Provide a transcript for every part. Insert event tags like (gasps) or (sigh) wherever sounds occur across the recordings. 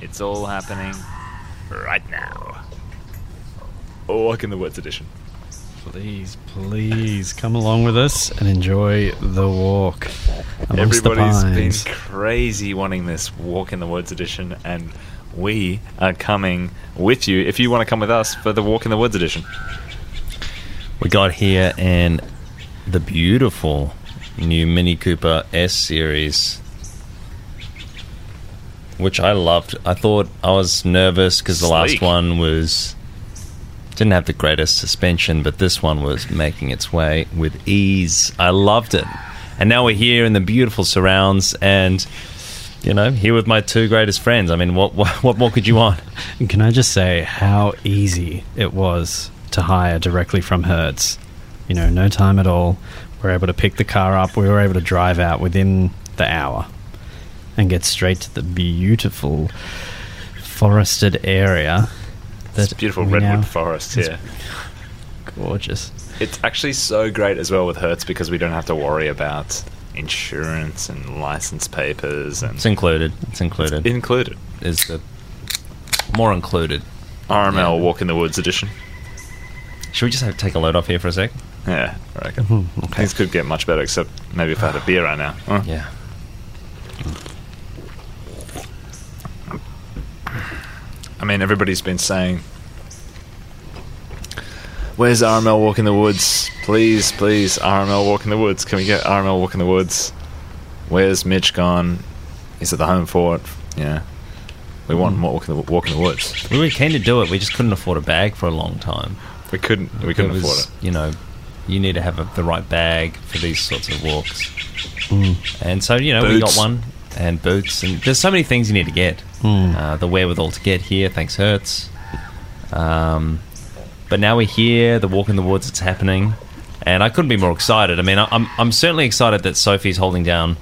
It's all happening right now. Or like in the Words edition. Please, please come along with us and enjoy the walk. Amongst Everybody's the been pines. crazy wanting this Walk in the Woods edition, and we are coming with you if you want to come with us for the Walk in the Woods edition. We got here in the beautiful new Mini Cooper S series, which I loved. I thought I was nervous because the last Sleek. one was didn't have the greatest suspension, but this one was making its way with ease. I loved it, and now we're here in the beautiful surrounds and. You know, here with my two greatest friends. I mean, what what, what more could you want? And Can I just say how easy it was to hire directly from Hertz? You know, no time at all. We were able to pick the car up. We were able to drive out within the hour and get straight to the beautiful forested area. It's beautiful we redwood now- forest it's here. Gorgeous. It's actually so great as well with Hertz because we don't have to worry about insurance and license papers and It's included. It's included. included. Is the more included? RML Yeah. Walk in the Woods edition. Should we just have to take a load off here for a sec? Yeah, I reckon. okay. Things could get much better, except maybe if I had a beer right now. Huh? Hmm, Yeah. I mean, everybody's been saying, "Where's RML Walk in the Woods? Please, please, RML Walk in the Woods. Can we get RML Walk in the Woods? Where's Mitch gone? He's at the home fort. Yeah, we want Hmm. more Walk in the, walk in the Woods. We were keen to do it. We just couldn't afford a bag for a long time. We couldn't. We couldn't was, afford it. You know, you need to have a, the right bag for these sorts of walks. And so, you know, we Boots. got one and boots. And there's so many things you need to get. Mm. Uh, the wherewithal to get here, thanks Hertz. Um, but now we're here. The walk in the woods, it's happening, and I couldn't be more excited. I mean, I- I'm I'm certainly excited that Sophie's holding down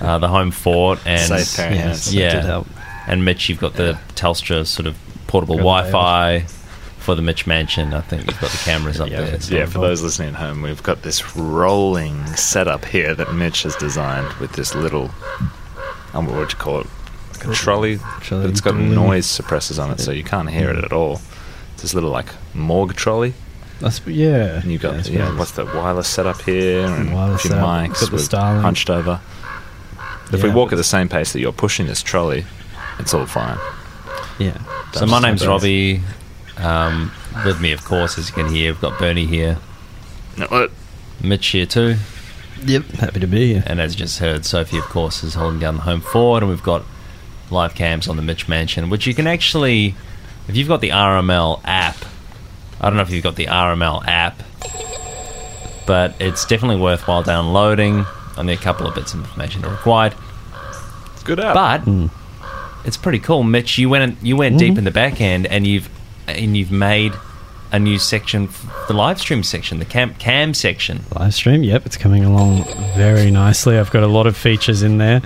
uh, the home fort and Safe parent. Yes, yeah. that did help. And Mitch, you've got the Telstra sort of portable Got the Wi-Fi for the Mitch Mansion. I think you've got the cameras up Yeah, there. that's Yeah, for those listening at home, we've got this rolling setup here that Mitch has designed with this little, um, what would you call it? Like a trolley. Trolley. But it's got Ding. noise suppressors on it, so you can't hear it at all. It's this little, like, morgue trolley. That's, yeah. And you've got, that's yeah, right. what's the wireless setup here and Wireless a few setup. mics Got the with Starlink. hunched over. If we Yeah. walk at the same pace that you're pushing this trolley, it's all fine. Yeah. So my name's That's- Robbie. Um, with me, of course, as you can hear, we've got Bernie here, Mitch here too. Yep. Happy to be here. And as you just heard, Sophie, of course, is holding down the home forward, and we've got live cams on the Mitch Mansion, which you can actually, if you've got the RML app, I don't know if you've got the RML app, but it's definitely worthwhile downloading. Only a couple of bits of information are required, It's good app. but Mm. it's pretty cool, Mitch. You went you went deep in the back end, and you've and you've made a new section, f- the live stream section, the cam cam section. live stream. Yep, it's coming along very nicely. I've got a lot of features in there.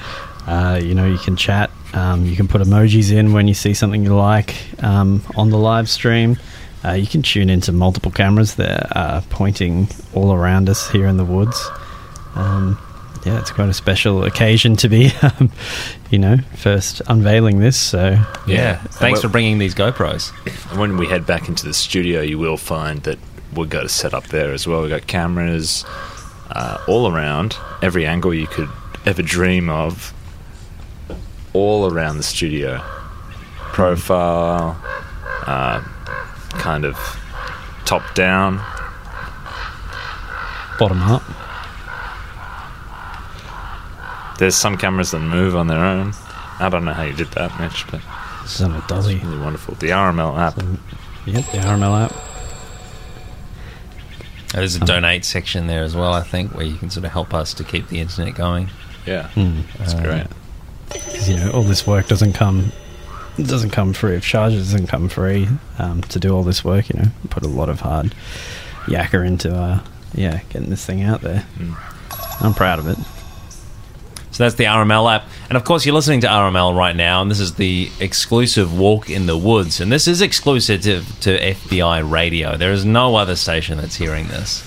Uh, you know, you can chat. Um, you can put emojis in when you see something you like um, on the live stream. Uh, you can tune into multiple cameras that are pointing all around us here in the woods. Um, yeah, it's quite a special occasion to be, (laughs) um, you know, first unveiling this. So Yeah, thanks Well- for bringing these GoPros. And when we head back into the studio, you will find that we've got a setup there as well. We've got cameras uh, all around, every angle you could ever dream of, all around the studio. Profile, uh, kind of top down, bottom up. There's some cameras that move on their own. I don't know how you did that, Mitch, but This is on a dolly. it's really wonderful. The RML app. Yep, the RML app. And There's a donate section there as well, I think, where you can sort of help us to keep the internet going. Yeah, Hmm. that's great. you know all this work doesn't come it doesn't come free of charge it doesn't come free um, to do all this work you know put a lot of hard yakker into uh yeah getting this thing out there Hmm. i'm proud of it So that's the RML app. And of course, you're listening to RML right now, and this is the exclusive Walk in the Woods. And this is exclusive to, to FBI Radio. There is no other station that's hearing this.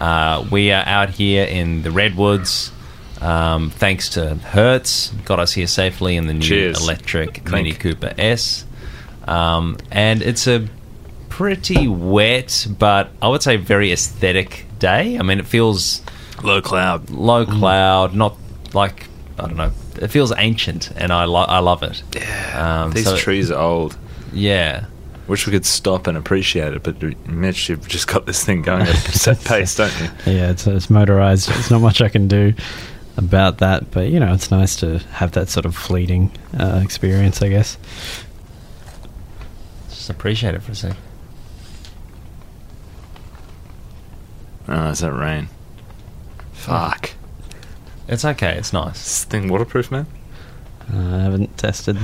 Uh, we are out here in the Redwoods. Um, thanks to Hertz, got us here safely in the new Cheers. electric Clink. Mini Cooper S. Um, and it's a pretty wet, but I would say very aesthetic day. I mean, it feels Low cloud. low cloud, not like I don't know. It feels ancient, and I lo- I love it. Yeah, These trees are old. Yeah, Wish we could stop and appreciate it, but Mitch, you've just got this thing going at (laughs) a set pace, don't you? Yeah, it's, it's motorized. There's not much I can do about that, but you know, it's nice to have that sort of fleeting uh, experience, I guess. just appreciate it for a sec. Oh, is that rain? Fuck. It's okay. It's nice. Is this thing waterproof, man? Uh, I haven't tested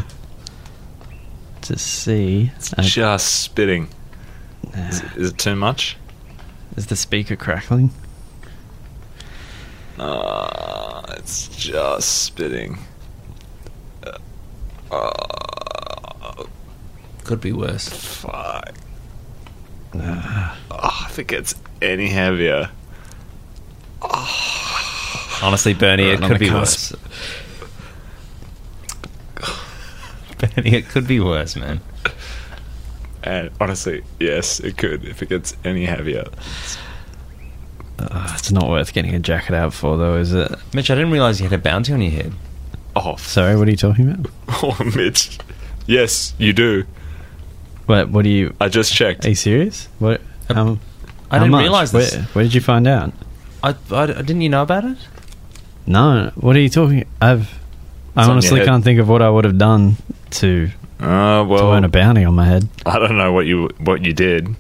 to see. Uh, just spitting. nah. Is, is it too much? Is the speaker crackling? Uh, it's just spitting. Could be worse. Fuck. Oh, if it gets any heavier. Honestly, Bernie, it Right, could be I can't worse. (laughs) Bernie, it could be worse, man. And honestly, yes, it could if it gets any heavier. Uh, it's not worth getting a jacket out for, though, is it? Mitch, I didn't realize you had a bounty on your head. Oh, (laughs) f- Sorry, what are you talking about? oh, Mitch. Yes, you do. What? What are you? I just checked. Are you serious? What? Um, I didn't realize this. Where, where did you find out? I, I, didn't you know about it? No. What are you talking? I've. I on your honestly head. can't think of what I would have done to Uh, to well, earn a bounty on my head. I don't know what you what you did,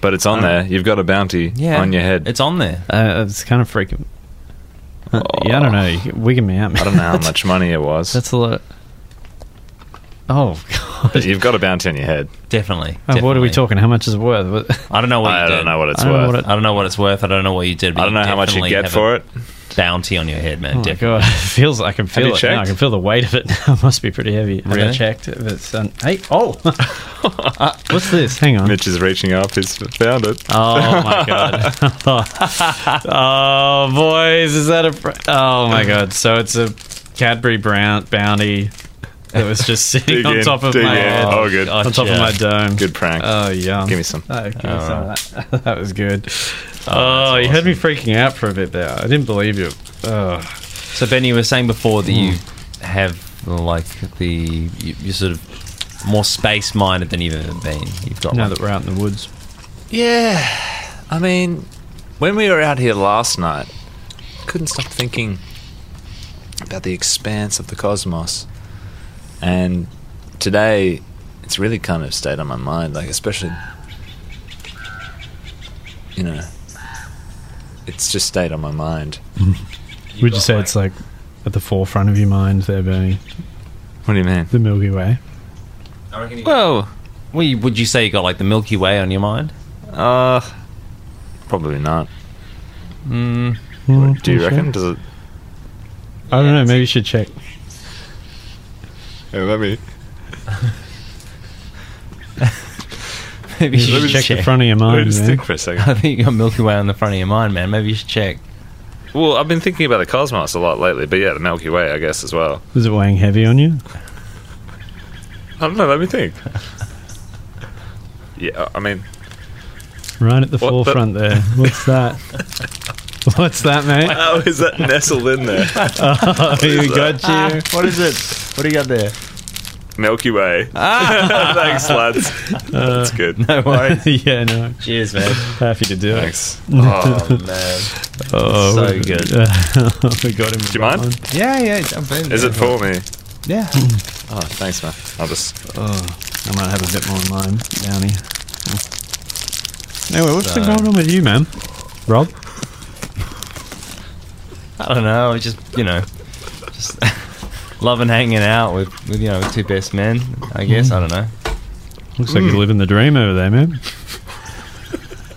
but it's Um, on there. You've got a bounty on your head. It's on there. Uh, it's kind of freaking. uh, Yeah, I don't know. You're wigging me out. Oh, Man. I don't know (laughs) how much money it was. That's a lot. Oh (laughs) god! You've got a bounty on your head. Definitely. Oh, what are we definitely. talking? How much is it worth? What- I don't know what I you don't did. know what it's I don't know worth. what it- I don't know what it's worth. I don't know what you did. But I don't you know how much you definitely get have for a it. Bounty on your head, man. Oh my definitely. god! (laughs) It feels I can feel you it now. I checked? can feel the weight of it now. (laughs) It must be pretty heavy. Have I Really? checked? If it's um, hey, oh, Uh, (laughs) what's this? Hang on. Mitch is reaching up. He's found it. Oh my god! (laughs) oh boys, is that a? Pr- (laughs) oh my god! So it's a Cadbury Brown bounty that was just (laughs) sitting Dig on in, top of dig my in. head, Oh, good. on top of my dome. Good prank. Oh yum! Give me some. Oh, give me some of that. (laughs) that was good. Oh, you had me freaking out for a bit there. I didn't believe you. Oh. So Ben, you were saying before that you have like the you, you're sort of more space minded than you've ever been. You've Oh. got Now like, that we're out in the woods. Yeah, I mean, when we were out here last night, couldn't stop thinking about the expanse of the cosmos. And today, it's really kind of stayed on my mind, like, especially, you know, it's just stayed on my mind. Would you say it's like at the forefront of your mind there, Bernie? What do you mean? The Milky Way? I reckon you Well, well, you- would you say you got like the Milky Way on your mind? (laughs) uh, probably not. Mm, do you reckon? Does it? I don't know. Maybe you (laughs) should check. Hey, let me. maybe you You should should check, check. the front of your Let me mind, just man. think for a second. (laughs) I think you got Milky Way on the front of your mind, man. Maybe you should (laughs) check. (laughs) Well, I've been thinking about the cosmos a lot lately, but yeah, the Milky Way, I guess, as well. Was it weighing heavy on you? I don't know. Let me think. (laughs) yeah, I mean, Right at What the- the (laughs) forefront there. What's that? What's that, mate? how is that nestled in there? Oh, (laughs) we got you. What is it? What do you got there? Milky Way. (laughs) Thanks, lads. That's good. No worries. Uh, (laughs) yeah, no. Cheers, man. Happy to do it. Thanks. (laughs) Oh, (laughs) Oh man. Oh, So we- (laughs) good. we got him. Do you mind? Yeah, yeah. jump (laughs) in, is man. it for me? Yeah. Oh, thanks, man. I'll just. Oh, I might have a bit more in mine down here. Anyway, what's been So- going on with you, man? Rob? I don't know. I Just you know, just (laughs) loving hanging out with, with you know with two best men. I guess Hmm. I don't know. Looks like Hmm. you're living the dream over there, man.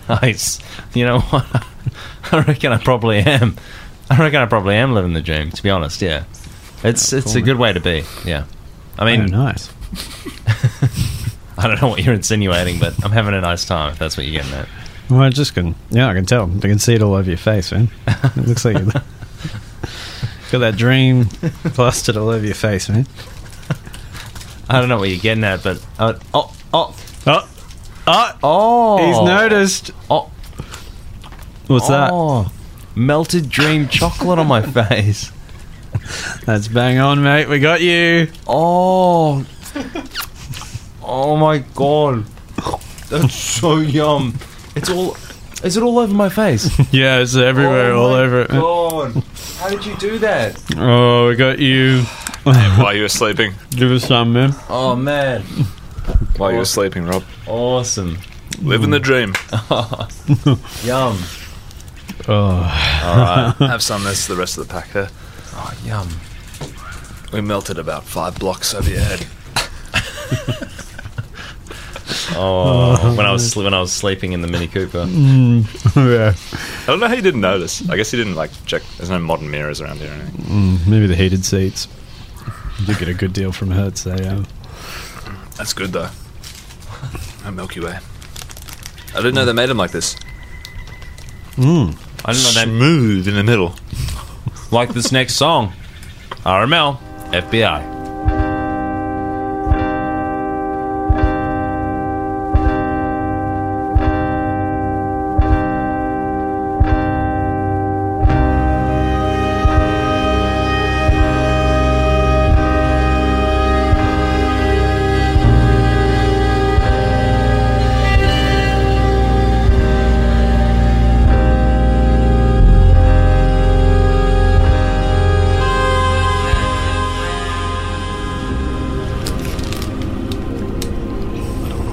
I, s- you know what? (laughs) I reckon I probably am. I reckon I probably am living the dream. To be honest, yeah. It's it's a cool, good way to be. Yeah. I mean, oh, nice. (laughs) I don't know what you're insinuating, but I'm having a nice time. If that's what you're getting at. Well, I just can. Yeah, I can tell. I can see it all over your face, man. It looks like you're (laughs) Got that dream plastered all over your face, man. I don't know what you're getting at, but uh, oh oh Oh, oh, oh, he's noticed. Oh, What's oh, melted dream chocolate (laughs) on my face. that? That's bang on, mate. We got you. (laughs) Oh, oh my god, that's so yum. It's all. Is it all over my face? Yeah, it's everywhere, Oh all my over it. man. God, how did you do that? Oh, we got you. While you were sleeping. Give us some, man. Oh man, While you were sleeping, Rob. awesome, Living the dream. yum. Oh, (laughs) All right, Have some. That's the rest of the pack there. oh, yum. We melted about five blocks over your head. Oh, when I was when I was sleeping in the Mini Cooper. yeah. I don't know how you didn't notice. I guess you didn't like check. There's no modern mirrors around here. or anything. Maybe the heated seats. You did get a good deal from Hertz uh, there, yeah. That's good though. (laughs) A Milky Way. I didn't know they made them like this. I don't know that Smooth in the middle. like this next song. RML, FBI.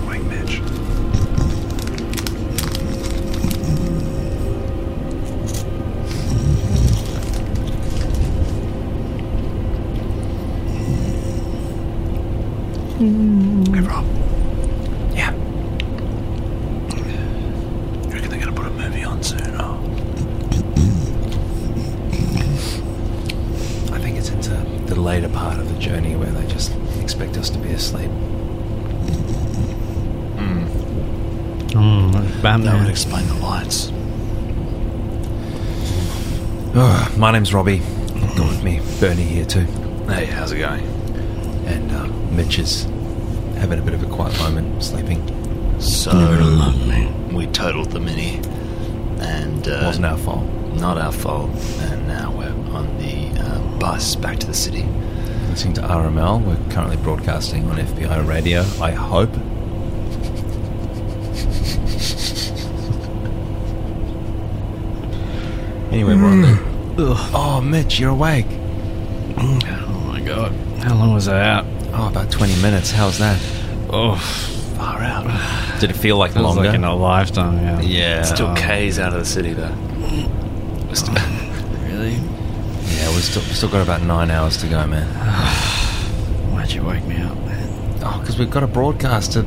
Wing match. Hey, Rob. Yeah. You reckon they're gonna put a movie on soon? Oh. Or? I think it's into the later part of the journey where they just expect us to be asleep. Mm, Batman. explain the lights. my name's Robbie. Got with me Bernie here too, Hey, how's it going? and uh, Mitch is having a bit of a quiet moment, sleeping. So we totaled the mini, and uh, Wasn't our fault. not our fault, and now we're on the uh, bus back to the city. Listening to RML, we're currently broadcasting on FBI Radio. I hope. Anyway, we're on the. Oh, Mitch, you're awake. Oh my god. How long was I out? Oh, about 20 minutes. How's that? Oh, Far out. Did it feel like that was longer? like in a lifetime, yeah. yeah. Still Um, K's out of the city though. Still- (laughs) Really? Yeah, we've still, we've still got about nine hours to go, man. Why'd you wake me up, man? Oh, because we've got a broadcast to.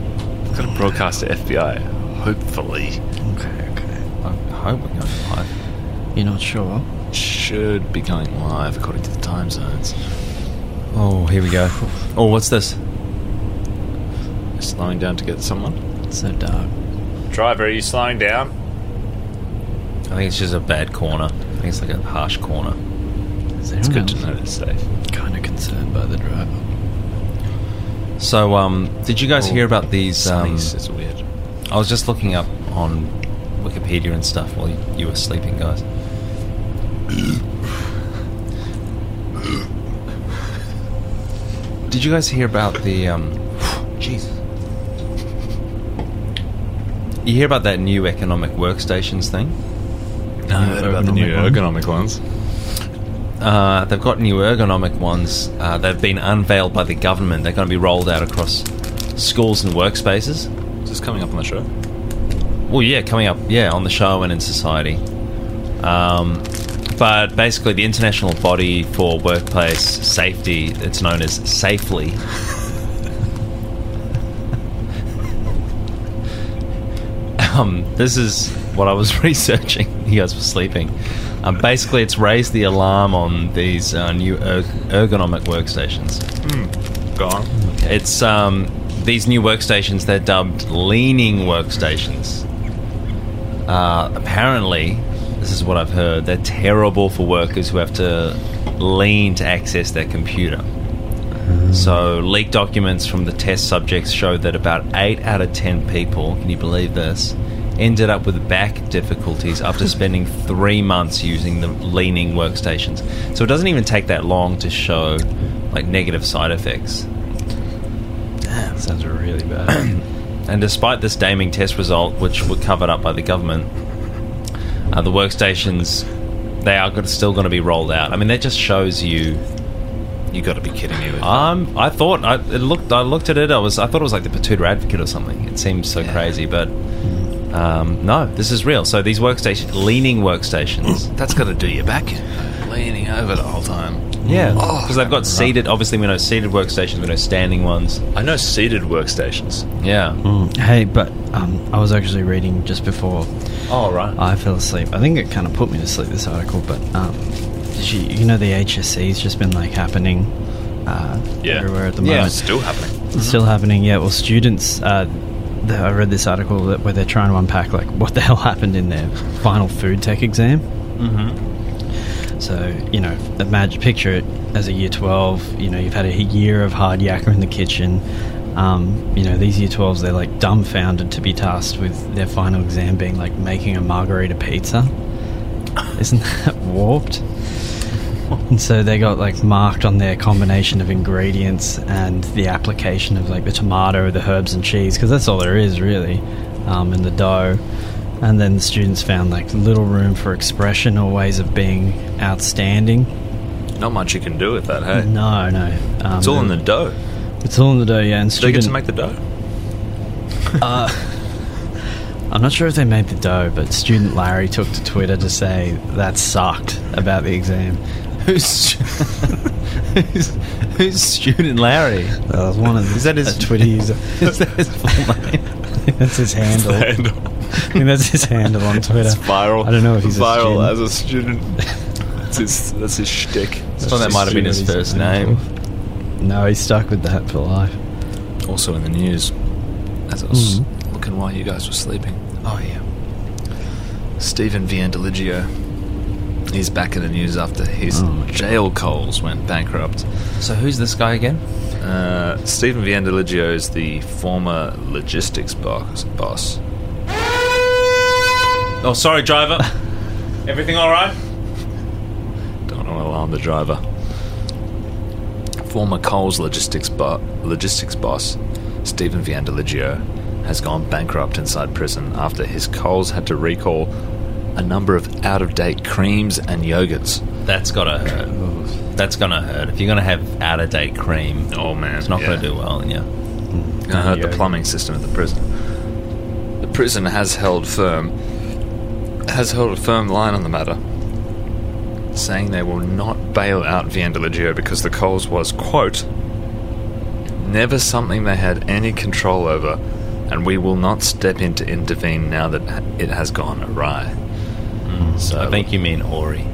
Got to broadcast to FBI. Hopefully, Okay, okay. I hope we're going live. You're not sure? should be going live according to the time zones. Oh, here we go. Oh, what's this? Slowing down to get someone. It's so dark. Driver, are you slowing down? I think it's just a bad corner. I think it's like a harsh corner. It's good to know it's safe. Kind of concerned by the driver. So, um, did you guys hear about these? Um, Sunny's is weird. I was just looking up on Wikipedia and stuff while you, you were sleeping, guys. did you guys hear about the? Um, Jesus. You hear about that new economic workstations thing? No, I heard about the new ergonomic ones. Uh, they've got new ergonomic ones. Uh, they've been unveiled by the government. They're going to be rolled out across schools and workspaces. Is this coming up on the show? Well, yeah, coming up, yeah, on the show and in society. Um, but basically, the international body for workplace safety, it's known as Safely. um, this is what I was (laughs) researching. You guys were sleeping. Um, basically, it's raised the alarm on these uh, new erg- ergonomic workstations. Go on. It's um, these new workstations. They're dubbed leaning workstations. Uh, apparently, this is what I've heard. They're terrible for workers who have to lean to access their computer. So, leaked documents from the test subjects showed that about 8 out of 10 people, can you believe this, ended up with back difficulties after spending three months using the leaning workstations. So, it doesn't even take that long to show like negative side effects. Damn, sounds really bad. Uh, (clears throat) And despite this damning test result, which were covered up by the government, uh, the workstations they are go- still going to be rolled out. I mean, that just shows you. You got to be kidding me with Um, I thought I it looked. I looked at it. I was. I thought it was like the Patuta Advocate or something. It seems so crazy, but um, no, this is real. So these workstations, leaning workstations, That's got to do your back in. Leaning over the whole time. yeah, Oh, because they've got seated. Obviously, we know seated workstations. We know standing ones. I know seated workstations. Yeah. hey, but um, I was actually reading just before Oh right. Uh, I fell asleep. I think it kind of put me to sleep this article, but um, did you, you know the HSC's just been like happening uh, Yeah. everywhere at the Yeah. moment. It's still happening. It's still happening. Yeah. Well, students. Uh, the, I read this article that, where they're trying to unpack like what the (laughs) hell happened in their final food tech exam. Mm-hmm. So you know, imagine picture it as a year twelve. You know, you've had a year of hard yakka in the kitchen. Um, you know, these year twelves they're like dumbfounded to be tasked with their final exam being like making a margarita pizza. Isn't (laughs) that warped? And so they got like marked on their combination of ingredients and the application of like the tomato, the herbs and cheese, because that's all there is really, um, and the dough. And then the students found like little room for expression or ways of being outstanding. Not much you can do with that, hey? No, no, um, It's all in the dough. it's all in the dough. Yeah, and Do they get students. to make the dough? I'm not sure if they made the dough, but student Larry took to Twitter to say that sucked about the exam. Who's, (laughs) who's who's student Larry? That was one of the, Is that (laughs) (laughs) his- a Twitter user. Is that his full name? That's (laughs) his handle. I think that's his handle on Twitter. It's viral. I don't know if he's a viral student. as a student. that's his. That's his shtick. I thought that might have been his first name. No, he's stuck with that for life. Also in the news, as I was Mhm. looking while you guys were sleeping, Oh yeah. Stephen Viandaligio. He's back in the news after his Oh my God. jail coals went bankrupt. So who's this guy again? Uh, Stephen Viandaligio is the former logistics boss. boss. Oh, sorry, (laughs) driver. Everything all right? Don't want to alarm the driver. Former Coles logistics, bo- logistics boss Stephen Viandaligio has gone bankrupt inside prison after his Coles had to recall a number of out of date creams and yogurts. That's gotta hurt. That's gonna hurt. If you're gonna have out of date cream, Oh man, it's not gonna do well. Yeah. I heard the Yeah. plumbing system at the prison. The prison has held firm, has held a firm line on the matter, saying they will not bail out Viandaligio because the Coles was, quote, never something they had any control over, and we will not step in to intervene now that it has gone awry. So Hmm. I think you mean Ori.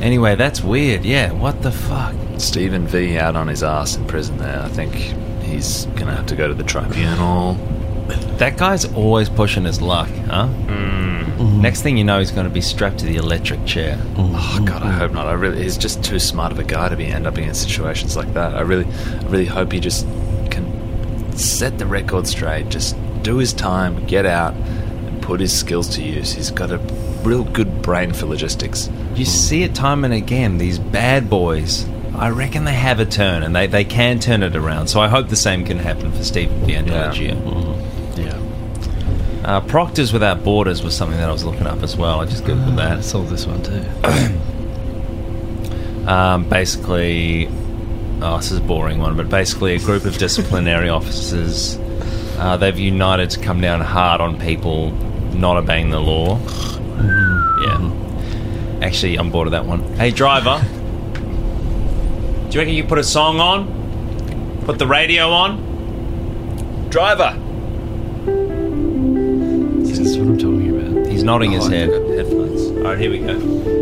Anyway, that's weird. Yeah. What the fuck? Stephen V out on his ass in prison there. I think he's gonna have to go to the tribunal. That guy's always pushing his luck, huh? Next thing you know, he's gonna be strapped to the electric chair. Mm-hmm. Oh God, I hope not. I really, he's just too smart of a guy to be end up in situations like that. I really, I really hope he just can set the record straight. Just do his time, get out, and put his skills to use. He's got a real good brain for logistics. You see it time and again, these bad boys. I reckon they have a turn and they, they can turn it around. So I hope the same can happen for Steve D'Angelo. Yeah. Uh, Proctors Without Borders was something that I was looking up as well. I just googled I that. saw this one too. Um, basically, oh, this is a boring one, but basically, a group of disciplinary officers uh, they've united to come down hard on people not obeying the law. Yeah, actually, I'm bored of that one. Hey, driver, do you reckon you put a song on? Put the radio on, driver. This is what I'm talking about. He's nodding his Oh, I head. Headphones. All right, here we go.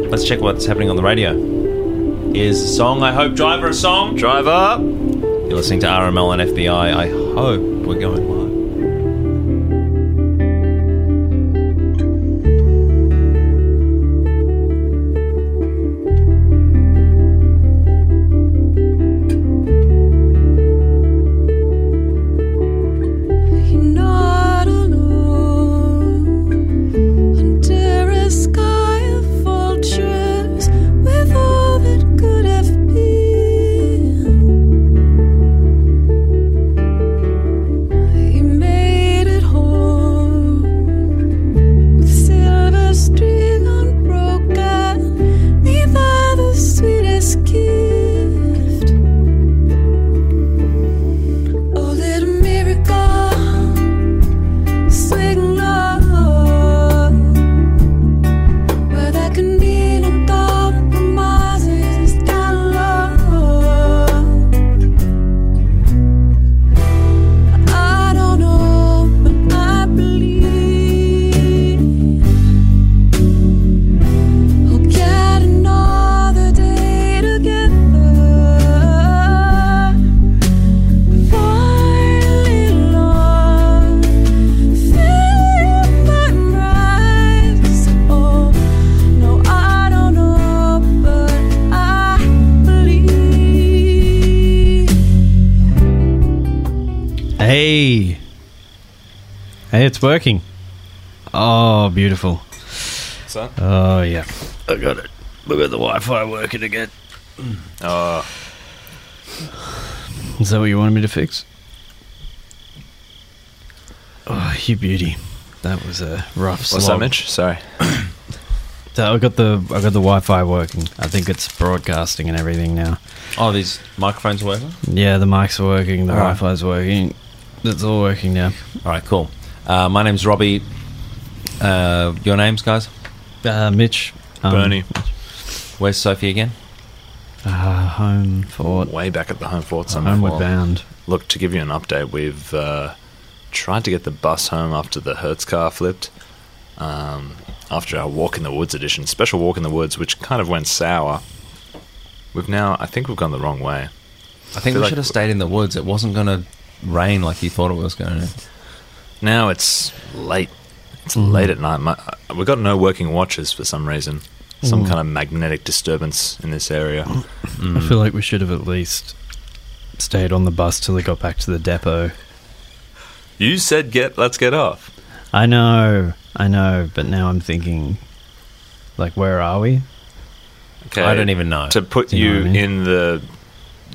Let's check what's happening on the radio. Is a song. I hope driver a song. Driver, You're listening to RML and FBI. I hope we're going live. Hey. Hey, it's working. Oh, beautiful. What's that? Oh, yeah. I got it. Look at the Wi Fi working again. Oh, Is that what you wanted me to fix? Oh, you beauty. That was a rough slog. what's that, Mitch? Sorry. So I got the I got the Wi-Fi working. I think it's broadcasting and everything now. Oh, these microphones are working? Yeah, the mics are working. The All right. Wi-Fi's working. It's all working now. All right, cool. Uh, my name's Robbie. Uh, your names, guys? Uh, Mitch, um, Bernie, Where's Sophie again? uh, home for way back at the home fort somewhere. homeward for- bound. Look, to give you an update, we've uh, tried to get the bus home after the Hertz car flipped. Um, after our Walk in the Woods edition, special Walk in the Woods, which kind of went sour. We've now, I think we've gone the wrong way. I Feel think we like- should have stayed in the woods. It wasn't going to rain like you thought it was going to. Now it's late. It's Mm. late at night. My, we got no working watches for some reason. Some Mm. kind of magnetic disturbance in this area. I feel like we should have at least stayed on the bus till it got back to the depot. You said get. Let's get off. I know, I know, but now I'm thinking, like, where are we? Okay. I don't even know. to put Do you you, know what I mean? in the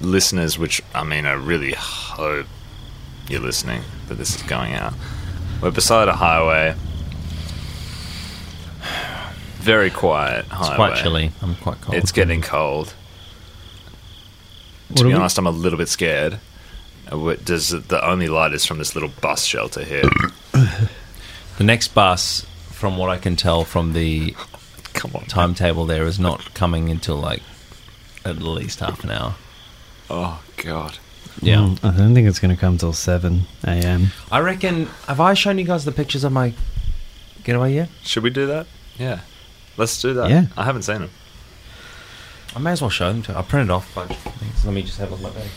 listeners, which I mean, I really hope you're listening, but this is going out. We're beside a highway. Very quiet highway. it's quite chilly. I'm quite cold. It's getting cold. What to are be we- honest, I'm a little bit scared. Uh, what- Does the only light is from this little bus shelter (coughs) here? the next bus, from what I can tell from the Come on, timetable there, is not coming until like at least half an hour. Oh God. Yeah. Mm, I don't think it's going to come till seven a.m. I reckon. Have I shown you guys the pictures of my getaway yet? Should we do that? Yeah. Let's do that. Yeah. I haven't seen them. I may as well show them to. I printed off a bunch of things. Let me just have a look at it.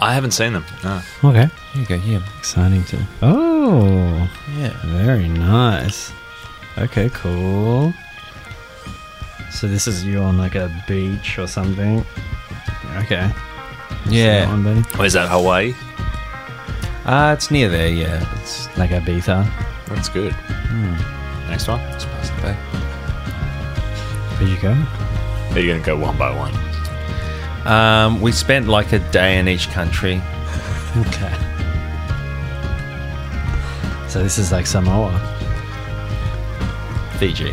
I haven't seen them. No. Okay, Here you go. Yeah. exciting to. Oh, Yeah. Very nice. Okay, cool. So this is you on like a beach or something. Okay. That Yeah. one, buddy. Oh, is that Hawaii? Uh, it's near there. Yeah. It's, Like Ibiza. That's good. Next one. it's past the back. Where you go? Are you going to go one by one? Um, we spent like a day in each country. Okay. So this is like Samoa. Fiji.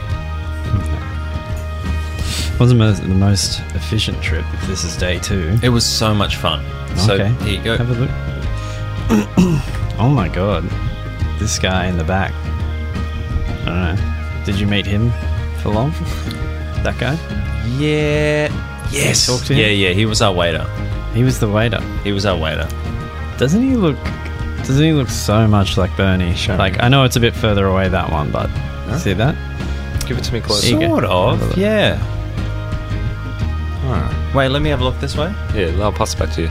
Wasn't mo- the most efficient trip if this is day two. It was so much fun. So okay. here you go. Have a look. (clears throat) oh my god. This guy in the back. I don't know. Did you meet him for long? (laughs) that guy? yeah. Yes. Talk to him. Yeah, yeah. He was our waiter. He was the waiter. He was our waiter. Doesn't he look? Doesn't he look so much like Bernie? Show like me. I know it's a bit further away that one, but see that? Give it to me There closer. you go. Sort Have a of. look. Yeah. Huh. Wait, let me have a look this way. Yeah, I'll pass it back to you.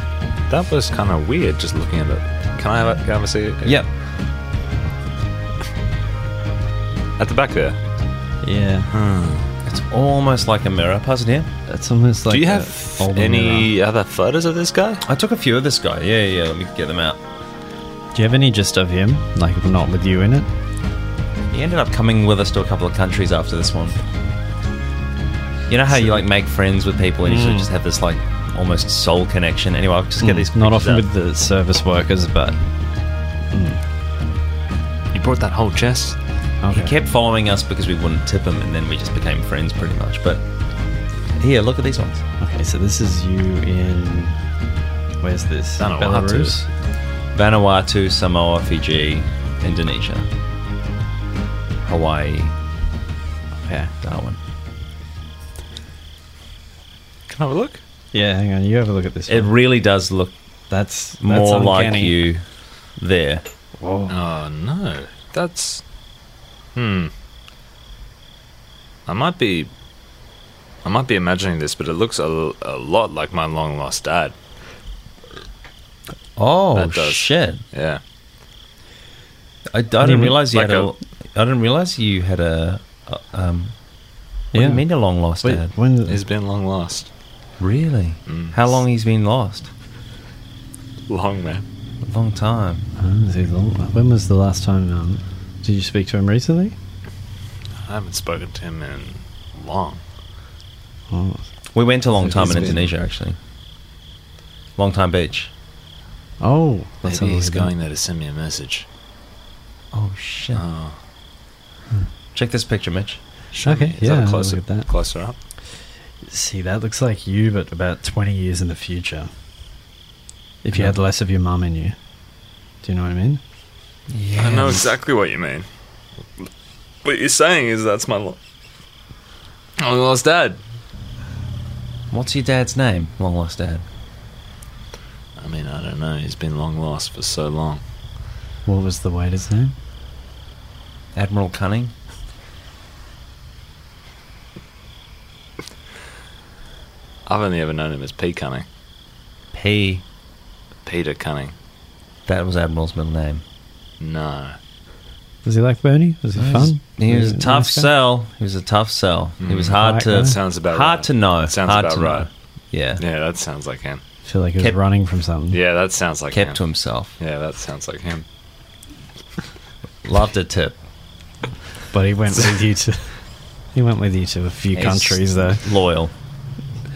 That was kind of weird just looking at it. Can I have a, can I have a seat? Yep. At the back there. Yeah, It's almost like a mirror. Pass it here. that's almost like. do you a have older mirror. any other photos of this guy? I took a few of this guy. Yeah, yeah. Let me get them out. Do you have any just of him? Like not with you in it? He ended up coming with us to a couple of countries after this one. You know how you like make friends with people and you Mm. sort of just have this like almost soul connection. Anyway, I'll just get these. Not pictures often up. with the service workers, but You brought that whole chest. okay. He kept following us because we wouldn't tip him, and then we just became friends pretty much. But here, look at these ones. Okay, so this is you in. Where's this? Vanuatu. Belarus. Vanuatu, Samoa, Fiji, Indonesia, Hawaii, Yeah. Darwin. Can I have a look? Yeah, hang on. You have a look at this. It One. really does look That's, that's more like uncanny. you there. Whoa. Oh no, that's hmm. I might be, I might be imagining this, but it looks a, a lot like my long lost dad. Oh That does. shit! Yeah, I, I didn't mean, realize you like had a. a- I didn't realize you had a. a um, what Yeah. do you mean a long lost Wait, dad? when he's been long lost. Really? Mm. How long he's been lost? Long man. Long time. Oh, is he long- When was the last time? Um, did you speak to him recently? I haven't spoken to him in long. Oh, We went a long So time he's in been- Indonesia, actually. Long time beach. oh Maybe how long he's ago. going there to send me a message. Oh shit! Hmm. Oh, Check this picture, Mitch. show Okay, me. Is yeah, that I'll a closer, look at that. closer up? See, that looks like you, but about 20 years in the future. If you Yeah. had less of your mum in you. Do you know what I mean? Yeah. I know exactly what you mean. What you're saying is that's my lo- long lost dad. What's your dad's name? Long lost dad. I mean, I don't know. He's been long lost for so long. What was the waiter's name? Admiral Cunning. I've only ever known him as P Cunning, P. Peter Cunning. That was Admiral's middle name. No, Was he like Bernie? Was he fun? He was a a tough nice guy? sell. He was a tough sell. He was Mm. hard Like to that. that sounds about hard right. to know. Sounds hard about to right. Know. Yeah. Yeah, that sounds like him. I feel like he was Kept- running from something. Yeah, that sounds like Kept to him. himself. Yeah, that sounds like him. Loved a tip. But he went with you to. He went with you to a few He's countries, though. Loyal.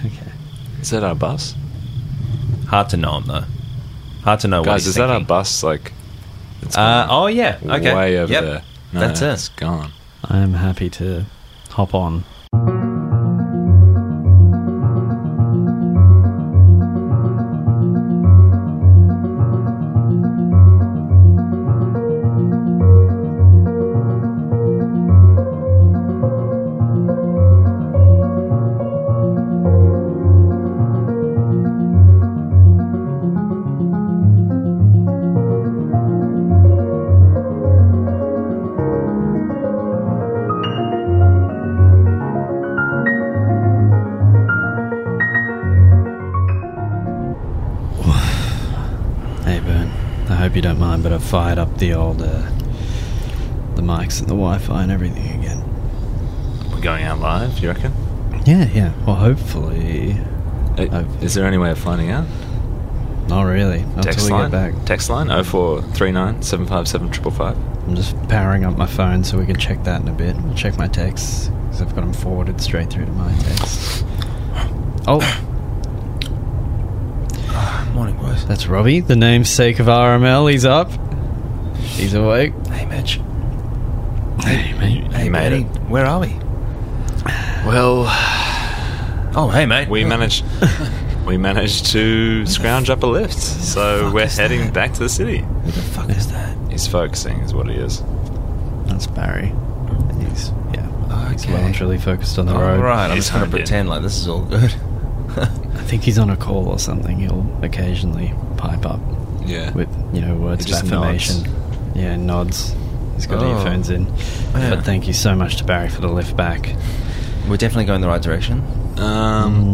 Okay. Is that our bus? Hard to know him though. Hard to know what Guys, he's is that our thinking. bus? Like, it's gone Uh, oh yeah. Okay. way over Yep. there. No, That's it. It's gone. I am happy to hop on. Hey, Bern. I hope you don't mind, but I've fired up the old, uh, the mics and the Wi-Fi and everything again. We're going out live. You reckon? Yeah, yeah. Well, hopefully, Uh, I've- is there any way of finding out? not really. Not Text till we line. get back. Text line 0439 757 555. I'm just powering up my phone so we can check that in a bit. I'll check my texts because I've got them forwarded straight through to my text. Oh, Morning, boys. that's Robbie, the namesake of RML. He's up. He's awake. Hey, Mitch. Hey, mate. Hey, made buddy. it. Where are we? Well, Oh, hey, mate. we managed we managed to scrounge up a lift, so fuck we're is heading that? back to the city. Who the fuck is that? He's focusing, is what he is. That's Barry. He's yeah. He's Okay. well and truly focused on the All road. Oh, right, I'm He's just gonna honed in. pretend like this is all (laughs) good. I think he's on a call or something. He'll occasionally pipe up Yeah. with, you know, words He of just affirmation. Yeah, nods. He's got Oh. earphones in. Yeah. But thank you so much to Barry for the lift back. We're definitely going the right direction. Um,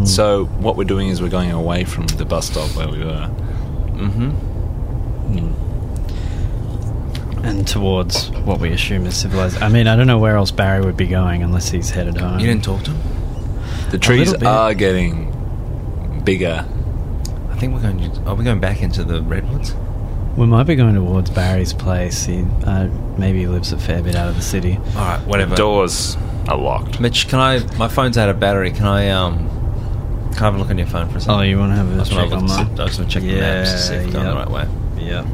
Mm. so what we're doing is we're going away from the bus stop where we were. Mm-hmm. Hmm. And towards what we assume is civilized. I mean, I don't know where else Barry would be going unless he's headed home. You didn't talk to him. The trees little bit. are getting bigger. I think we're going. Are we going back into the redwoods? We might be going towards Barry's place. He uh, maybe lives a fair bit out of the city. All right, whatever. Doors are locked. Mitch, can I? My phone's out of battery. Can I? Um, can I have a look on your phone for a second? Oh, you want to have I a just check want to look. online? I just want to check the maps to see if we're going the right way. Yeah.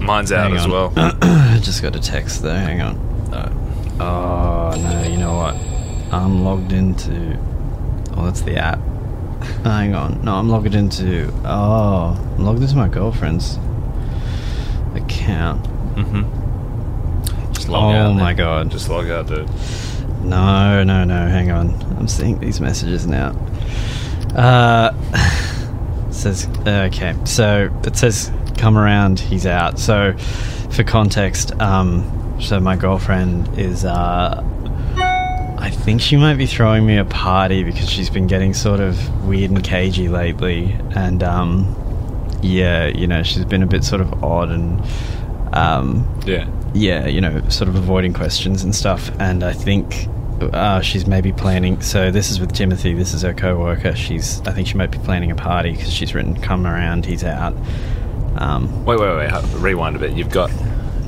Mine's out Hang as on. well. I (clears throat) just got a text though. Hang on. No. Oh no! You know what? I'm logged into. Oh, that's the app. (laughs) Hang on. No, I'm logged into. Oh, I'm logged into my girlfriend's account. Mm-hmm. Just log out. Oh then. my god! Just log out, dude. No, no, no. Hang on. I'm seeing these messages now. Uh, (laughs) says okay. So it says come around. He's out. So for context, um, so my girlfriend is uh, I think she might be throwing me a party because she's been getting sort of weird and cagey lately, and um, yeah, you know, she's been a bit sort of odd and um, Yeah. yeah, you know, sort of avoiding questions and stuff. And I think uh, she's maybe planning. So this is with Timothy. This is her co-worker. She's. I think she might be planning a party because she's written, "Come around, he's out." Um, Wait, wait, wait. ho- Rewind a bit. You've got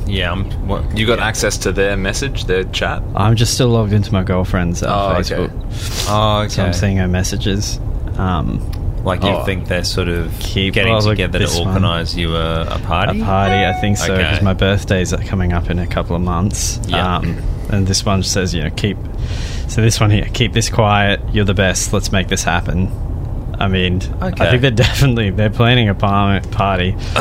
Yeah, I'm. What, you got access to their message, their chat. I'm just still logged into my girlfriend's uh, Oh, okay. Facebook, Oh, okay. so I'm seeing her messages. Um, Like you Oh. think they're sort of Keep- getting oh, look, together this to one. organise you a, a party? a party, I think so, because Okay. my birthdays are coming up in a couple of months. Yeah. Um, and this one says, you know, keep. So this one here, keep this quiet. You're the best. Let's make this happen. I mean, I Okay. think they're (laughs) definitely they're planning a par- party. (coughs) if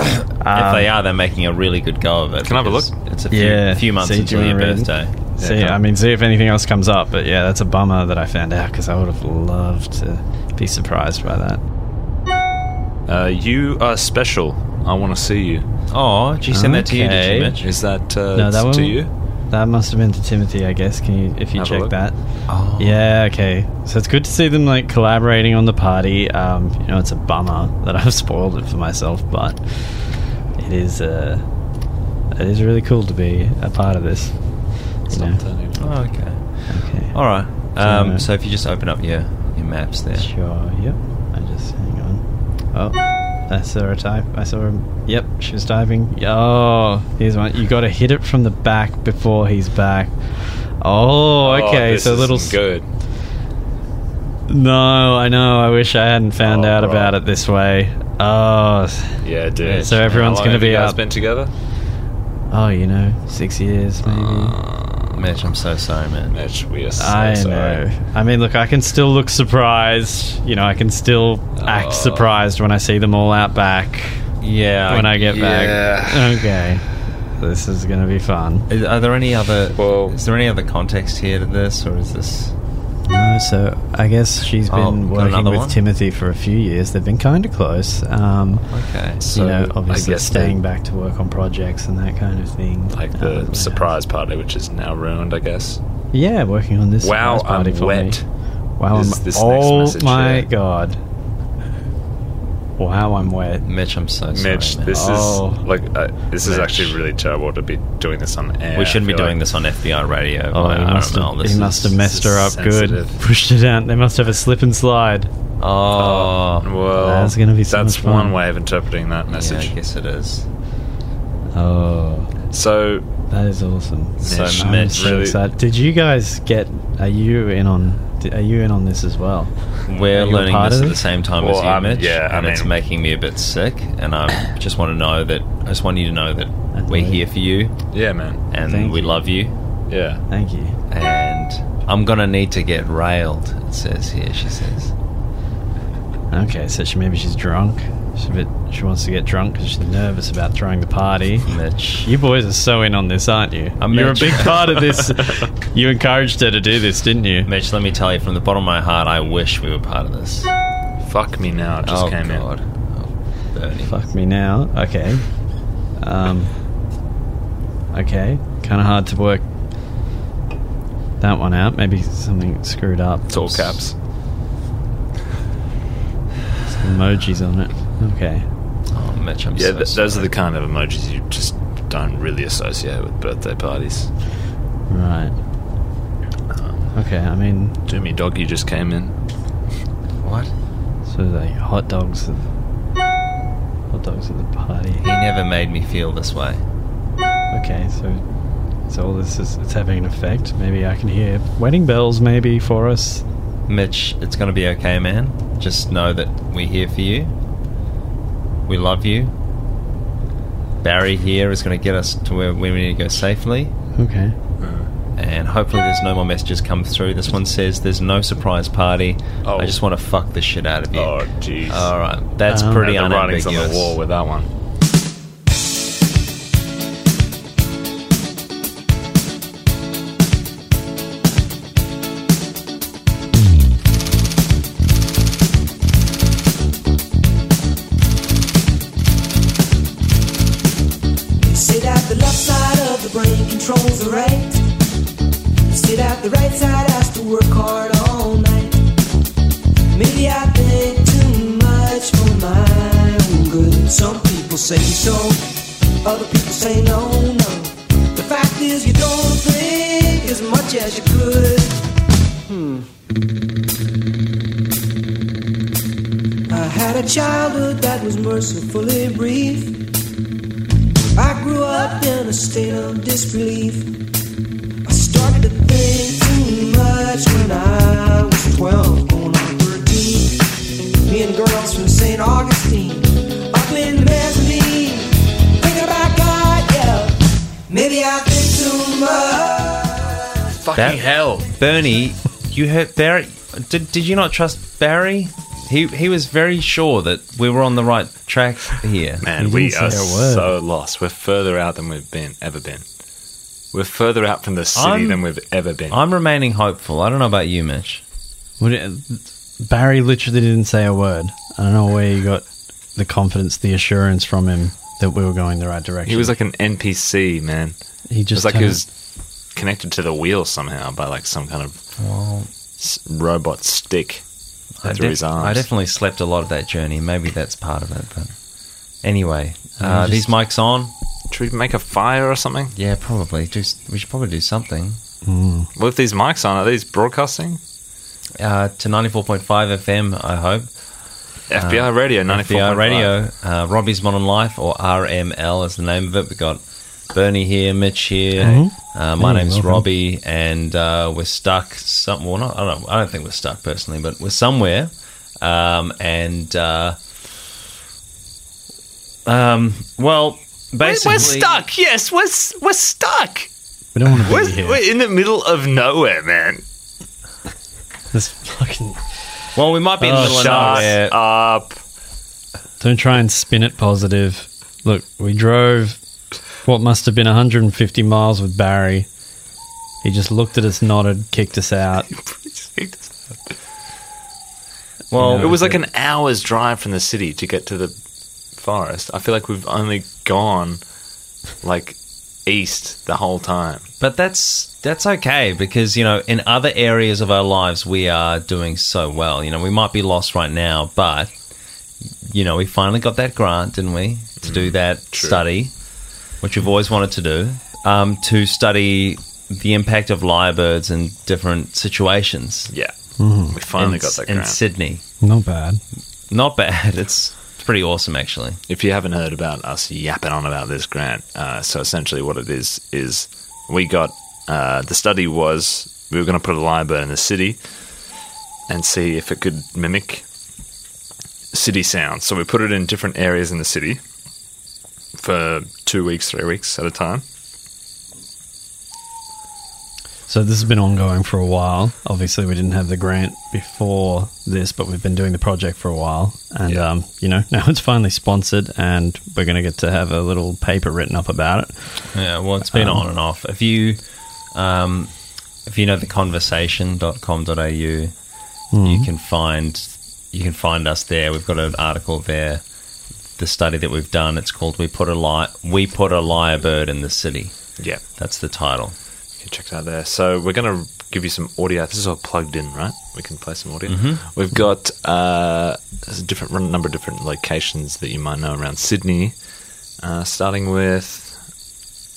Um, they are, they're making a really good go of it. Can I have a because look? It's a few, Yeah. few months See, do until you your wanna read it? birthday. See, Yeah. I mean, see if anything else comes up. But yeah, that's a bummer that I found out because I would have loved to be surprised by that. Uh, you are special. I want to see you. Oh, did you send that to you, did Okay. you, Mitch? Is that uh, No, that to one- you? That must have been to Timothy, I guess. Can you, if you Have a check look. that? Oh. Yeah, okay. So it's good to see them like collaborating on the party. Um, you know, it's a bummer that (laughs) I've spoiled it for myself, but it is uh, it is really cool to be a part of this. you know? Oh, okay. Okay. All right. uh, Um, so if you just open up your, your maps there. Sure. Yep. I just hang on. Oh, I saw her type. I saw her. Yep, she was diving. Oh, here's one. You got to hit it from the back before he's back. Oh, okay. this so a little. isn't good. s- No, I know. I wish I hadn't found Oh, out right. about it this way. Oh, s- Yeah, Yeah, dude. so How everyone's long gonna have be you guys up. been together. oh, you know, six years maybe. Mitch, I'm so sorry, man. Mitch, we are Ah, so I know. sorry. I mean, look, I can still look surprised. You know, I can still Oh. act surprised when I see them all out back Yeah. when I get Ah, yeah. back. Okay, this is gonna be fun. Is, are there any other? Well- is there any other context here to this, or is this? No, so I guess she's been Oh, got working another with one? Timothy for a few years. They've been kind of close. Um, Okay. So, you know, I obviously guess staying they- back to work on projects and that kind of thing. Like Uh, the yeah. surprise party, which is now ruined, I guess. Yeah, working on this Wow, surprise party I'm for wet. me. Wow, Is I'm this next oh message my here? god. Wow, I'm wet. Mitch, I'm so sorry. Mitch, man. this Oh. is like uh, this is Mitch. actually really terrible to be doing this on air. we shouldn't be I feel doing like. this on FBI radio. Oh, via he must RML. have, This he must have is- messed this her up is good. sensitive. Pushed it out. They must have a slip and slide. Oh, Well, That's gonna be so that's much fun. one way of interpreting that message. Yeah, I guess it is. Oh, So that is awesome. So Mitch, Mitch, I'm so really- excited. Did you guys get? Are you in on? di- Are you in on this as well? We're Are you a learning part this of at the this? same time Well, as you, I'm- Mitch, yeah, I and it's mean- making me a bit sick. And I just want to know that I just want you to know that we're Right. here for you, yeah, man. and Thank we you. love you. Yeah. Thank you. And I'm gonna need to get railed. It says here. She says. Okay, so she maybe she's drunk. She's a bit. She wants to get drunk because she's nervous about throwing the party. Mitch. You boys are so in on this, aren't you? I'm You're a Mitch. big part of (laughs) (laughs) this. you encouraged her to do this, didn't you? Mitch, let me tell you from the bottom of my heart, I wish we were part of this. Fuck me now. It just oh, came God. in. Oh, Bernie. Fuck me now. Okay. Um. Okay. Kind of hard to work that one out. Maybe something screwed up. It's all caps. Some emojis on it. Okay. Oh, Mitch, I'm Yeah, so th- those are sorry. the kind of emojis you just don't really associate with birthday parties. Right. Um, Okay. I mean, Jimmy Doggy just came in. What? so like hot dogs. At hot dogs at the party. He never made me feel this way. Okay. So. So all this is it's having an effect. Maybe I can hear wedding bells. Maybe for us. Mitch, it's going to be okay, man. Just know that we're here for you. We love you. Barry here is going to get us to where where we need to go safely. Okay. And hopefully, there's no more messages come through. This one says there's no surprise party. Oh. I just want to fuck the shit out of you. Oh, jeez. All right, that's Um, pretty the writing's unambiguous. on the wall with that one. Sit out the left side of the brain controls the right. Sit out the right side has to work hard all night. Maybe I think too much for my own good. Some people say so, other people say no, no. The fact is you don't think as much as you could. Hmm. I had a childhood that was mercifully brief. grew up in a state of disbelief. I started to think too much when I was 12, going on 13. Me and girls from St. Augustine, up in the mezzanine, thinking about God, yeah. Maybe I think too much. Fucking hell. Bernie, you heard Barry. Did, did you not trust Barry? He he was very sure that we were on the right track here. Man, He we didn't are say a word. so lost. We're further out than we've been ever been. We're further out from the city I'm- than we've ever been. I'm remaining hopeful. I don't know about you, Mitch. Would it- Barry literally didn't say a word. I don't know where you got the confidence, the assurance from him that we were going the right direction. he was like an NPC, man. he It was just like he kinda- was connected to the wheel somehow by like some kind of Well, s- robot stick I, through def- his arms. I definitely slept a lot of that journey. Maybe that's part of it. But anyway, uh, just- these mics on. Should we make a fire or something? Yeah, probably. Do s- we should probably do something. Mm. Well, if these mics on, are these broadcasting? Uh, to ninety four point five FM. I hope. FBI Radio 94. FBI Radio, uh, Robbie's Modern Life, or RML is the name of it. We've got Bernie here, Mitch here. Mhm. Uh, my Hey, name's welcome. Robbie, and uh, we're stuck somewhere. Well, not, I, don't, I don't think we're stuck personally, but we're somewhere. Um, and, uh, um, well, basically. Yes, we're s- we're stuck. (laughs) We don't want (laughs) to be here. in the middle of nowhere, man. This fucking. Well, we might be in the Oh, middle of Shut nowhere. up. Don't try and spin it positive. Look, we drove what must have been 150 miles with Barry. He just looked at us, nodded, kicked us out. it Well, was like an hour's drive from the city to get to the forest. I feel like we've only gone like east the whole time. But that's that's okay because you know in other areas of our lives we are doing so well. You know we might be lost right now, but you know we finally got that grant, didn't we, to do that Mm, true. study, which we've always wanted to do, um, to study the impact of lyrebirds in different situations. Yeah. We finally in, got that in ground. Sydney. Not bad. Not bad. (laughs) It's pretty awesome actually. if you haven't heard about us yapping on about this grant, uh, so essentially what it is is we got uh, the study was we were going to put a lyrebird in the city and see if it could mimic city sounds. So we put it in different areas in the city for two weeks, three weeks at a time. So this has been ongoing for a while. Obviously, we didn't have the grant before this, but we've been doing the project for a while, and Yeah. um, you know (laughs) now it's finally sponsored, and we're going to get to have a little paper written up about it. Yeah, well, it's been Um, on and off. If you, um, if you know the conversation.com.au, Hmm. you can find you can find us there. We've got an article there. The study that we've done. It's called "We Put a Lie We Put a Lyrebird in the City." Yeah, That's the title. you can check it out there. So we're going to give you some audio. This is all plugged in, right? We can play some audio. We've got uh, there's a different a number of different locations that you might know around Sydney, uh, starting with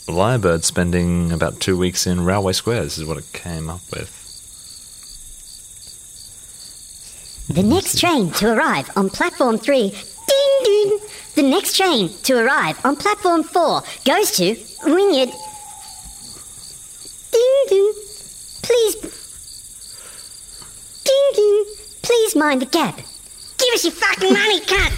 Lyrebird spending about two weeks in Railway Square. This is what it came up with. The next train to arrive on platform three. Ding ding. The next train to arrive on platform four goes to Wynyard. Ding ding. Please. Ding ding. Please mind the gap. Give us your fucking money, cunt.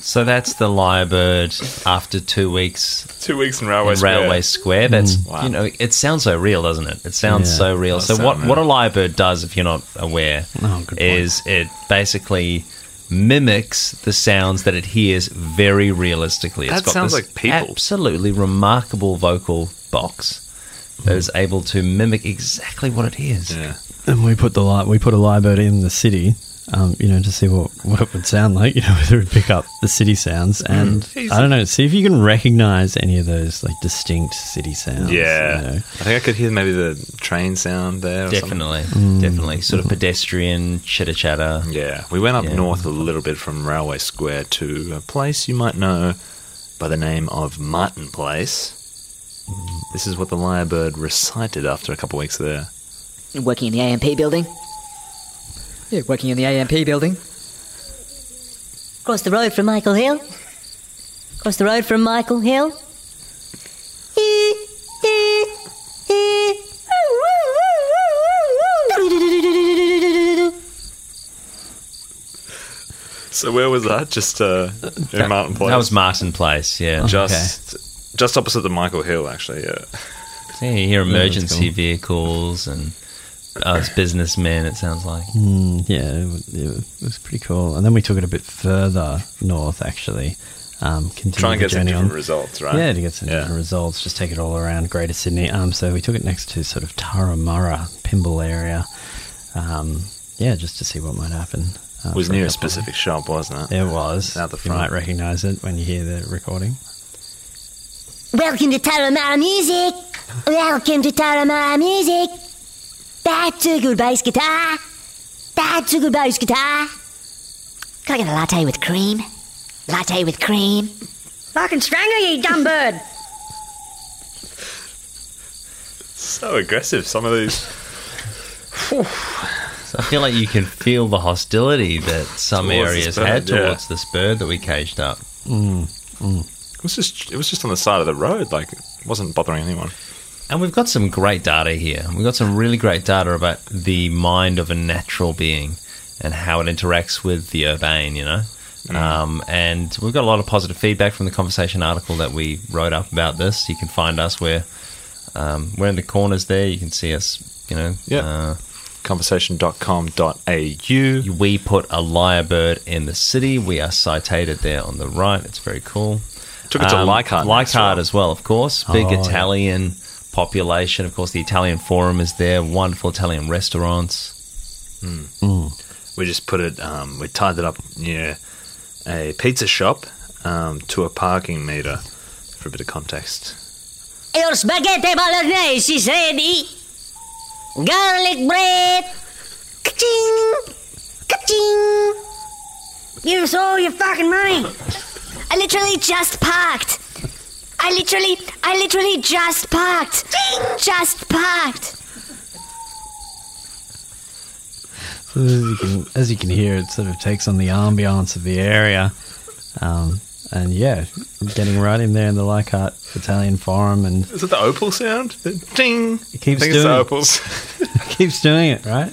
So that's the lyrebird after two weeks Two weeks in in Railway Railway Square. That's Wow. you know, it sounds so real, doesn't it? It sounds Hmm. Yeah. so real. Does So sound what real. what a lyrebird does, if you're not aware, Oh, good point. is it basically mimics the sounds that it hears very realistically. That sounds this like people. Absolutely remarkable vocal box that is able to mimic exactly what it hears. Yeah, And we put the li- we put a lyrebird in the city, um, you know, to see what (laughs) what it would sound like. You know, (laughs) whether it would pick up the city sounds, and I don't know, see if you can recognize any of those like distinct city sounds. yeah. you know. I think I could hear maybe the train sound there. Or something. Definitely, definitely, sort of pedestrian chitter chatter. Yeah, we went up Yeah. north a little bit from Railway Square to a place you might know by the name of Martin Place. This is what the lyrebird recited after a couple weeks there. Working in the AMP building? Yeah, working in the AMP building. Across the road from Michael Hill. Across the road from Michael Hill. So where was that? Just uh, in Martin Place. That was Martin Place, yeah. just just opposite the Michael Hill, actually. Yeah. Yeah, you hear emergency vehicles and oh, it's businessmen. It sounds like Mm, yeah, it was, it was pretty cool. And then we took it a bit further north, actually. Um, continue Try and the get some journey different on. results, right? Yeah, to get some Yeah. different results, just take it all around Greater Sydney. Um, so we took it next to sort of Taramara, Pimble area. Um, yeah, just to see what might happen. uh, was for near a couple of- specific shop, wasn't it? It was. Out the You front. might recognise it when you hear the recording. Welcome to Taramara Music. Welcome to Taramara Music. That's a good bass guitar. That's a good bass guitar. Can I get a latte with cream? Latte with cream. I can strangle you, dumb bird. So aggressive. Some of these. so I feel like you can feel the hostility that some Towards this areas bird, had yeah. towards this bird that we caged up. It was just it was just on the side of the road. Like it wasn't bothering anyone. And we've got some great data here. We've got some really great data about the mind of a natural being and how it interacts with the urbane, you know? Um, and we've got a lot of positive feedback from the conversation article that we wrote up about this. You can find us where um, we're in the corners there. You can see us, you know. Yeah. Uh, Conversation.com.au. we put a lyrebird in the city. We are citated there on the right. It's very cool. Took it to Um, Leichhardt. next, Um, Leichhardt right? as well, of course. Big Oh, yeah. Italian population. Of course, the Italian Forum is there. Wonderful Italian restaurants. Mm. we just put it um, we tied it up near a pizza shop um, to a parking meter for a bit of context Your spaghetti bolognese is ready. Garlic bread. Ka-ching. Ka-ching. Give us all your fucking money. I literally just parked. I literally, I literally just parked. Just parked. So as you can, as you can hear, it sort of takes on the ambiance of the area. Um, and yeah, getting right in there in the Leichhardt Italian Forum and (laughs) is it the opal sound the ding It keeps I think it's doing the (laughs) it. opals keeps doing it, right?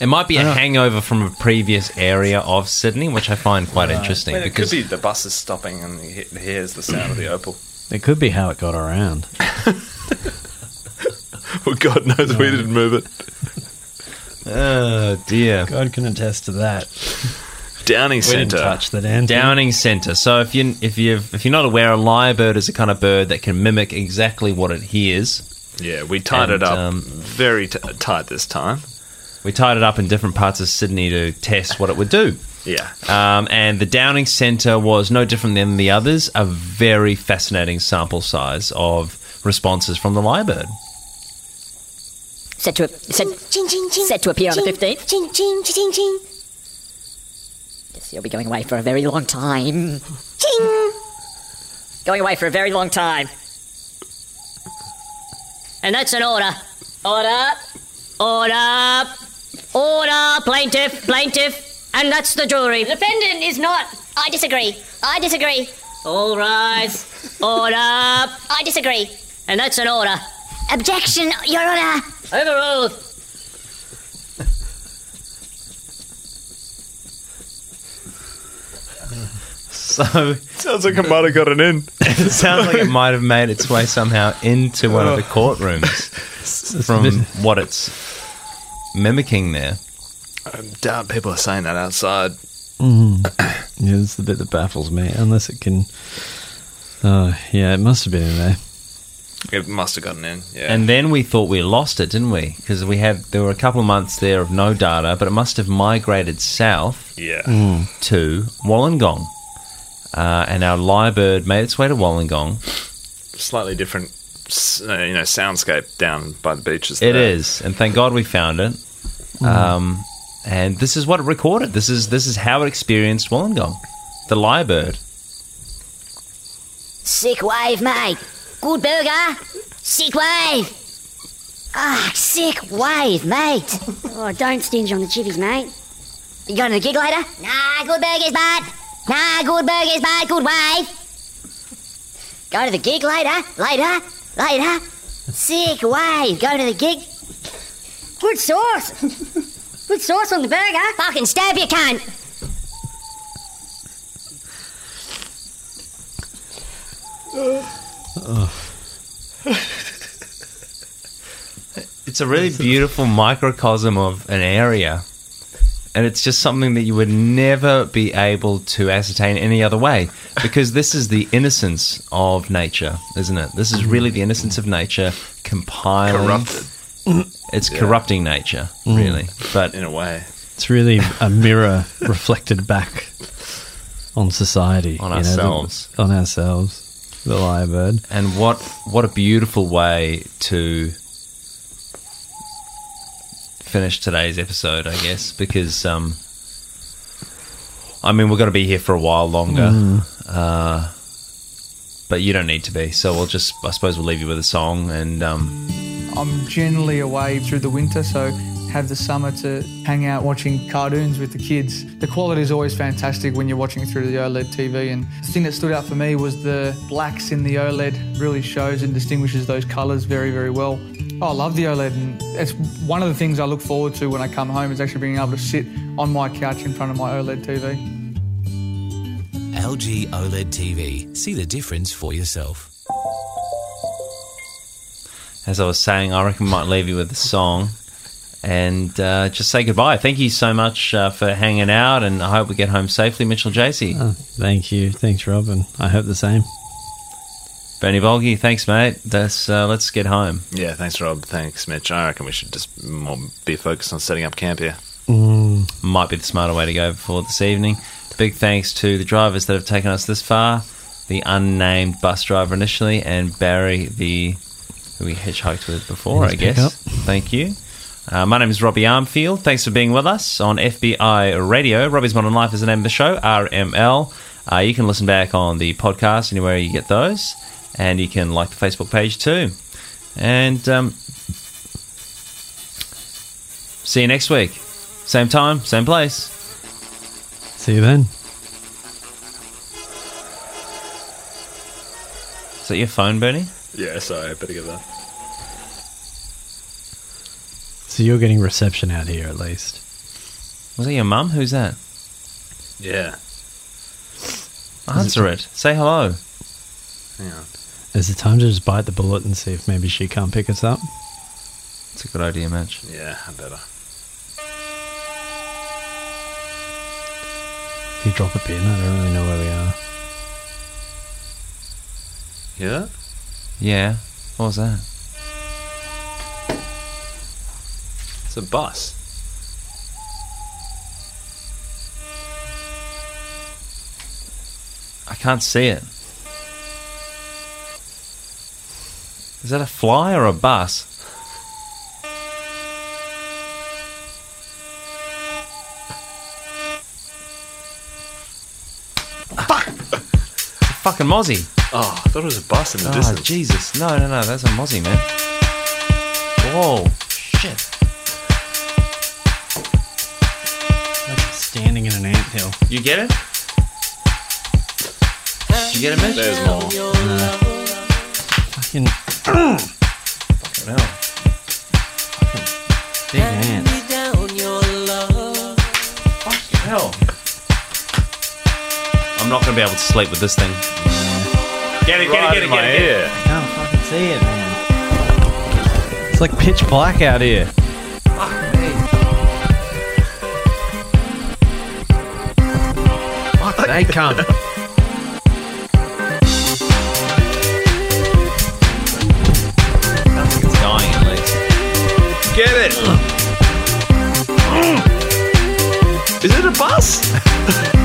It might be a Uh-huh. hangover from a previous area of Sydney, which I find quite interesting because the bus is stopping and he hears the sound of the opal It could be how it got around. (laughs) well god knows we didn't move it oh dear, God can attest to that. downing We didn't center touch that end. Downing Centre. So if you if you if you're not aware, a lyrebird is a kind of bird that can mimic exactly what it hears. yeah we tied it And, up um, very t- tight this time We tied it up in different parts of Sydney to test what it would do. yeah Um, and the Downing Centre was no different than the others, a very fascinating sample size of responses from the lyrebird. Set to, set, Ching, ching, ching. set to appear on the Ching, 15th. Ching, ching, ching, ching. Yes, you'll be going away for a very long time. Ching! Going away for a very long time. And that's an order. Order. Order. Order, plaintiff, plaintiff. And that's the jury. Defendant is not. I disagree. I disagree. All rise. (laughs) Order. And I disagree. that's an order. Objection, Your Honor. Overruled. (laughs) So sounds like I might have gotten in it sounds like it might have made its way somehow into one of the courtrooms from what it's mimicking there. I doubt people are saying that outside mm. Yeah, that's the bit that baffles me. Unless it can. Oh, yeah, it must have been in there. it must have gotten in yeah And then we thought we lost it, didn't we? Because we had there were a couple of months there of no data, but it must have migrated south yeah to Wollongong. Uh, and our lyrebird made its way to Wollongong. slightly different s- uh, you know soundscape down by the beaches It there. is, and thank God we found it. Um, and this is what it recorded. This is this is how it experienced Wollongong, the lyrebird. Sick wave, mate. Good burger. Sick wave. Ah, sick wave, mate. Oh, don't stinge on the chippies, mate. You going to the gig later? Nah, good burgers, bud. Nah, good burgers, bud. Good wave. Go to the gig later? Later? Later? Sick wave. Go to the gig? Good sauce. (laughs) Good sauce on the burger. Fucking stab you, cunt. It's a really beautiful microcosm of an area. And it's just something that you would never be able to ascertain any other way. Because this is the innocence of nature, isn't it? This is really the innocence of nature compiling. Corrupted. It's corrupting nature, really. But in a way. It's really a (laughs) mirror reflected back on society, On you know, the- ourselves. on ourselves. The lyrebird. and what what a beautiful way to finish today's episode, I guess, because um, I mean we're going to be here for a while longer, uh, but you don't need to be. So we'll just I suppose we'll leave you with a song and um, I'm generally away through the winter, so have the summer to hang out watching cartoons with the kids. The quality is always fantastic when you're watching through the E OLED TV. And the thing that stood out for me was the blacks in the OLED really shows and distinguishes those colours very, very well. Oh, I love the OLED, and it's one of the things I look forward to when I come home is actually being able to sit on my couch in front of my E OLED TV. LG OLED TV. See the difference for yourself. as I was saying, I reckon we might leave you with a song. And uh, just say goodbye. Thank you so much uh, for hanging out, and I hope we get home safely, Mitchell Jacey. Oh, thank you. Thanks, Robin. I hope the same. Bernie Volge, thanks, mate. That's, uh, let's get home. Yeah, thanks, Rob. Thanks, Mitch. I reckon we should just more be focused on setting up camp here. might be the smarter way to go for this evening. Big thanks to the drivers that have taken us this far, the unnamed bus driver initially, and Barry, the who we hitchhiked with before, Nice I guess. pickup. Thank you. Uh, my name is Robbie Armfield. Thanks for being with us on FBI Radio. Robbie's Modern Life is the name of the show, RML. Uh, you can listen back on the podcast anywhere you get those, and you can like the Facebook page too. And um, see you next week. Same time, same place. See you then. Is that your phone, Bernie? Yeah, sorry, I better get that. So you're getting reception out here, at least. Was that your mum? Who's that? Yeah, Answer it. Say hello. hang on. Is it time to just bite the bullet and see if maybe she can't pick us up? It's a good idea, Mitch. Yeah, I better. If you drop a pin, I don't really know where we are. Hear that? Yeah. What was that? It's a bus. I can't see it. Is that a fly or a bus? Fuck! Fucking mozzie. Oh, I thought it was a bus in the Oh, distance. Jesus. No, no, no. That's a mozzie, man. Whoa. Shit. Like standing in an anthill. You get it? Did you get it, Mitch? There's more. Fucking (clears throat) big No. ant. Hell. I'm not going to be able to sleep with this thing. Get it, get Right it, get it, in get my it. Get it. ear. I can't fucking see it, man. It's like pitch black out here. Fuck They come. It's dying at least. (gasps) Get it! Is it a bus?